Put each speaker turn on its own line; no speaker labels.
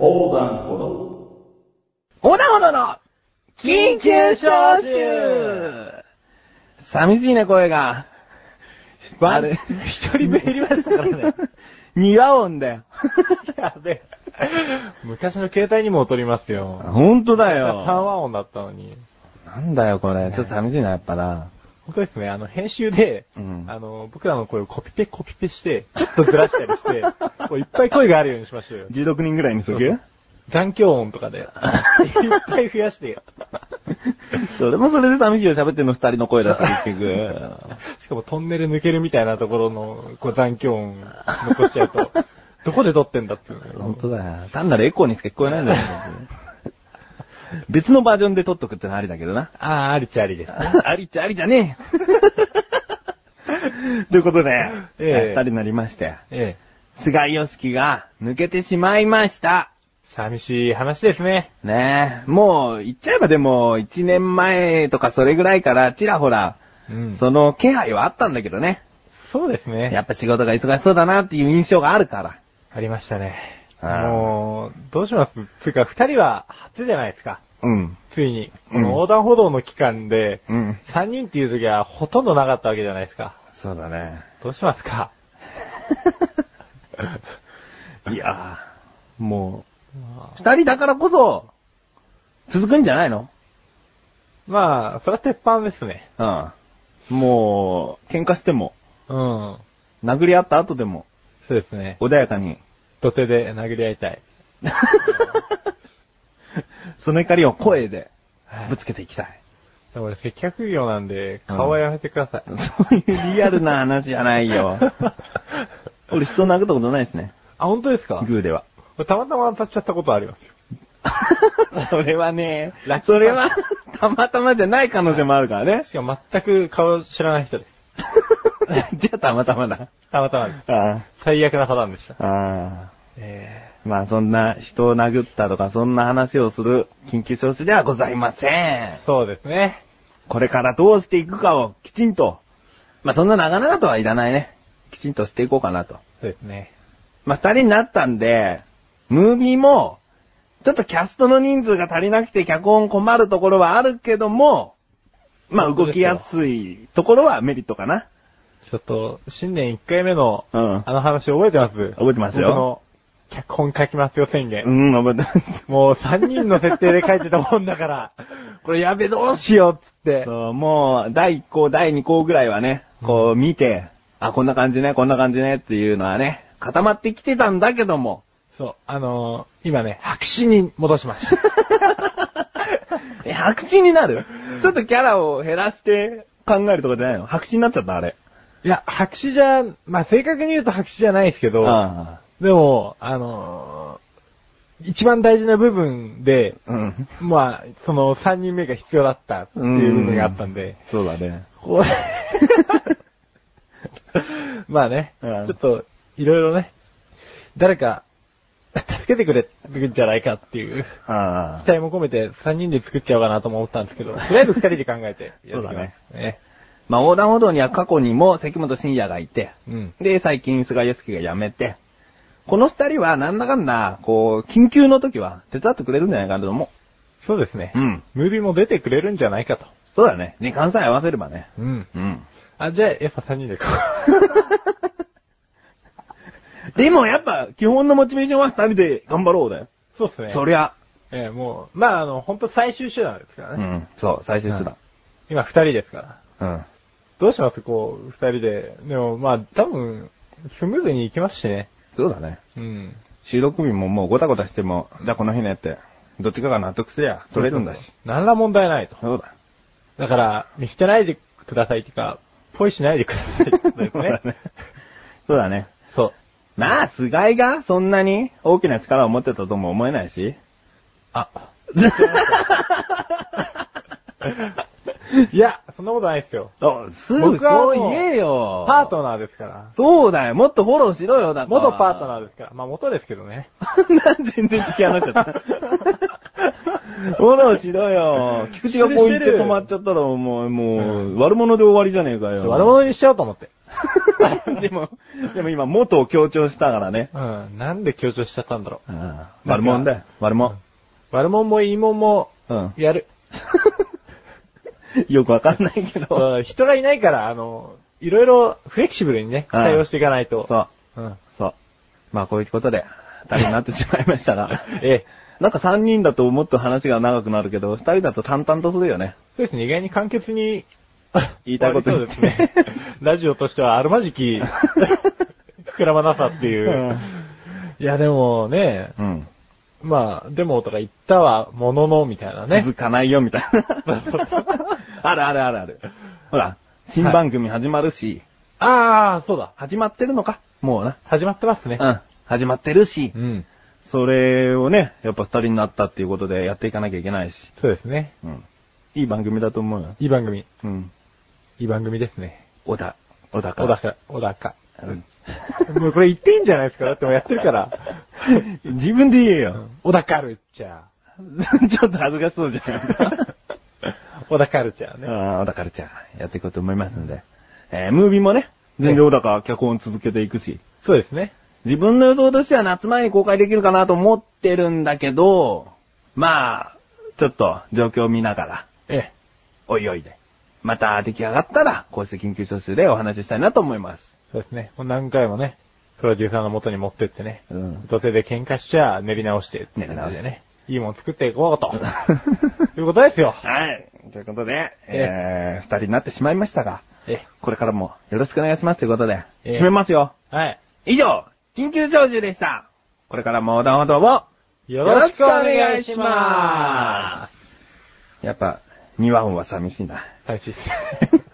横断歩道。
横断歩道の緊急招集寂しいね、声が。
あ
あ
れ
れ、
一人分減りましたからね。
庭音 だよ。
やべえ。 昔の携帯にも劣りますよ。
ほんとだ
昔は三
よ。
和音だったのに。
なんだよ、これ。ちょっと寂しいな、やっぱな。
本当ですね、あの、編集で、
うん
あの、僕らの声をコピペコピペして、ちょっとずらしたり して、こういっぱい声があるようにしましょうよ。
16人ぐらいにしと
そ
く
う残響音とか で、いっぱい増やして。
それもそれで寂しいよ、喋ってるの二人の声だし、結 局。
しかもトンネル抜けるみたいなところの、こう残響音残っちゃう と、どこで撮ってんだっていう
ほん
ね。
とだよ。単なるエコーにしか聞こえないんだよ。 別のバージョンで撮っとくってのはありだけどな。
ああ、ありっちゃありで す。
ありっちゃありじゃねえ ということで、
ええ
二人になりまして、
ええ。
菅義樹が抜けてしまいました。
寂しい話ですね。
ねえ、もう、言っちゃえばでも、一年前とかそれぐらいから、ちらほら、
うん
その気配はあったんだけどね。
そうですね。
やっぱ仕事が忙しそうだなっていう印象があるから。
ありましたね。
あー
もう、どうしますつうか、二人は初じゃないですか。
うん。
ついに。
う
こ
ん
の横断歩道の期間で、
うん。
三人っていう時はほとんどなかったわけじゃないですか。
そうだ ね。
どうしますか
いやー、もう、二人だからこそ、続くんじゃないの
まあ、それは鉄板ですね。
うん。もう、喧嘩しても、
うん。
殴り合った後でも、
そうですね。
穏やか に、
土手で殴り合いたい。
その怒りを声で、
はい
ぶつけていきたい。
でも俺接客業なんで、顔はやめてください。
そう いうリアルな話じゃない よ。俺人殴ったことないですね。
あ、本当ですか
グーでは。
たまたま当たっちゃったことありますよ。
それはね
ラッ、キー
それは、たまたまじゃない可能性もあるから ね。
しかも全く顔知らない人です。
じゃあたまたまだ。
たまたまです。
あ
最悪なパターンでした。
あ、ああ。
え
まあそんな人を殴ったとかそんな話をする緊急招集ではございません
ー、。そうですね。
これからどうしていくかをきちんと、まあそんな長々とはいらないね。きちんとしていこうかなと。
そうですね。
まあ、二人になったんで、ムービーも、ちょっとキャストの人数が足りなくて脚本困るところはあるけども、まあ、動きやすいところはメリットかな。
ちょっと、新年1回目の、
うん
あの話覚えてます
覚えてますよ
僕の、脚本書きますよ宣言。
うん、覚えてます。
もう3人の設定で書いてたもんだから、これやべどうしようっつって。
そう、もう、第1項、第2項ぐらいはね、こう見て、あ、こんな感じね、こんな感じねっていうのはね、固まってきてたんだけども、
そう、あのー、今ね、白紙に戻しま した。
え白紙になるちょっとキャラを減らして考えるとかじゃないの白紙になっちゃった、あれ。
いや、白紙じゃ、まあ、正確に言うと白紙じゃないですけど、
あ
でも、あのー、一番大事な部分で、
あ。うん。
まあ、その3人目が必要だったっていう部分があったんで、
そうだね。
これ まあね、
うん
ちょっと、いろいろね、誰か、助けてくれるんじゃないかっていう、
ああ
期。待も込めて3人で作っちゃおうかなとも思ったんですけど、とりあえず2人で考えてやってきます、
そうだね
ね。
まあ、横断歩道には過去にも関本信也がいて、
うん。
で、最近菅義樹が辞めて、この二人はなんだかんだ、こう、緊急の時は手伝ってくれるんじゃないかなと思
そうですね。
う。うん。
ムービーも出てくれるんじゃないかと。
そうだね。時間さえ合わせればね。
うん。
うん。
あ、じゃあ、やっぱ3人でこ
でもやっぱ、基本のモチベーションは二人で頑張ろうだよ。
う。そうですね。
そりゃ。
ええもう、まあ、あの、本当最終手段ですから
う
ね。
ん。そう、最終手段。
今2人ですから。
うん。
どうしますこう、2人で。でも、まあ、多分、スムーズにいきますしね。
そうだね。
うん。
収録日ももうごたごたしても、じゃあこの日ねって、どっちかが納得すりゃ、取れるんだし。。
何ら問題ないと。
そうだ。
だから、見捨てないでくださいっていうか、ポイしないでくださいってことです
そうだ
ね
ね。 そうだね。
そう。
まあ、菅井がそんなに大きな力を持ってたとも思えないし。
あ。 いや、そんなことないですよ。
あ、す
僕はもう
えよ
パートナーですから。
そうだよ、もっとフォローしろよ、だから。
元パートナーですから。まあ元ですけどね。
ー。なん 全然突き放し ちゃった。フォローしろよ。菊池がこう言って止まっちゃったら、もう、もう、悪者で終わりじゃねえかよ。
悪者にしちゃおうと思って。
でも、でも今、元を強調したからね。
うん。なんで強調しちゃったんだろう。
うん悪者だよ、悪者。
悪者もいいもんも、
うん。
やる。
よくわかんないけど。
うん人がいないから、あの、いろいろフレキシブルにね、
うん
対応していかないと。
そう、
うん。
そう。まあ、こういうことで、大変になってしまいました が。
ええ。
なんか3人だともっと話が長くなるけど、2人だと淡々とするよね。
そうですね、意外に簡潔に、
言いたいこと言
終わ
っ
り
て
そうですね。 ラジオとしてはあるまじき、膨らまなさっていう。
うん
いや、でもね、
うん。
まあ、でもとか言ったは、ものの、みたいなね。
続かないよ、みたい な。あるあるあるある。ほら、新番組始まるし、
ああ、そうだ。
始まってるのかもうな。
始まってますね。
うん。始まってるし、
うん。
それをね、やっぱ二人になったっていうことでやっていかなきゃいけないし。
そうですね。
うん。いい番組だと思うよ。
いい番組。
うん。
いい番組ですね。
小田。小田か。
小高、小高。
うん。
もうこれ言っていいんじゃないですかだってもうやってるから。
自分で言えよ。
小高ルチャ
ちょっと恥ずかしそうじゃ ん。
ー。小高ルチャーね。
ああ、小高ルチャー、やっていこうと思いますんで。えー、ムービーもね、全然小高脚本続けていくし、
そうですね。
自分の予想としては夏前に公開できるかなと思ってるんだけど、まあ、ちょっと状況を見ながら、
ええ。
おいおいで。また出来上がったら、こうして緊急招集でお話ししたいなと思います。
そうですね。もう何回もね、プロデューサーの元に持ってってね、
うん。
土手で喧嘩しちゃ練り直して、
練り直して
ね。いいもん作っていこうと。ということですよ。
はい。ということで、え
え
ー、二人になってしまいましたが、
え
これからもよろしくお願いしますということで、
ええ
締めますよ。
はい。
以上、緊急招集でした。これからも横断歩道を、
よろしくお願いします
やっぱ、庭音は寂しいな。
寂しいです。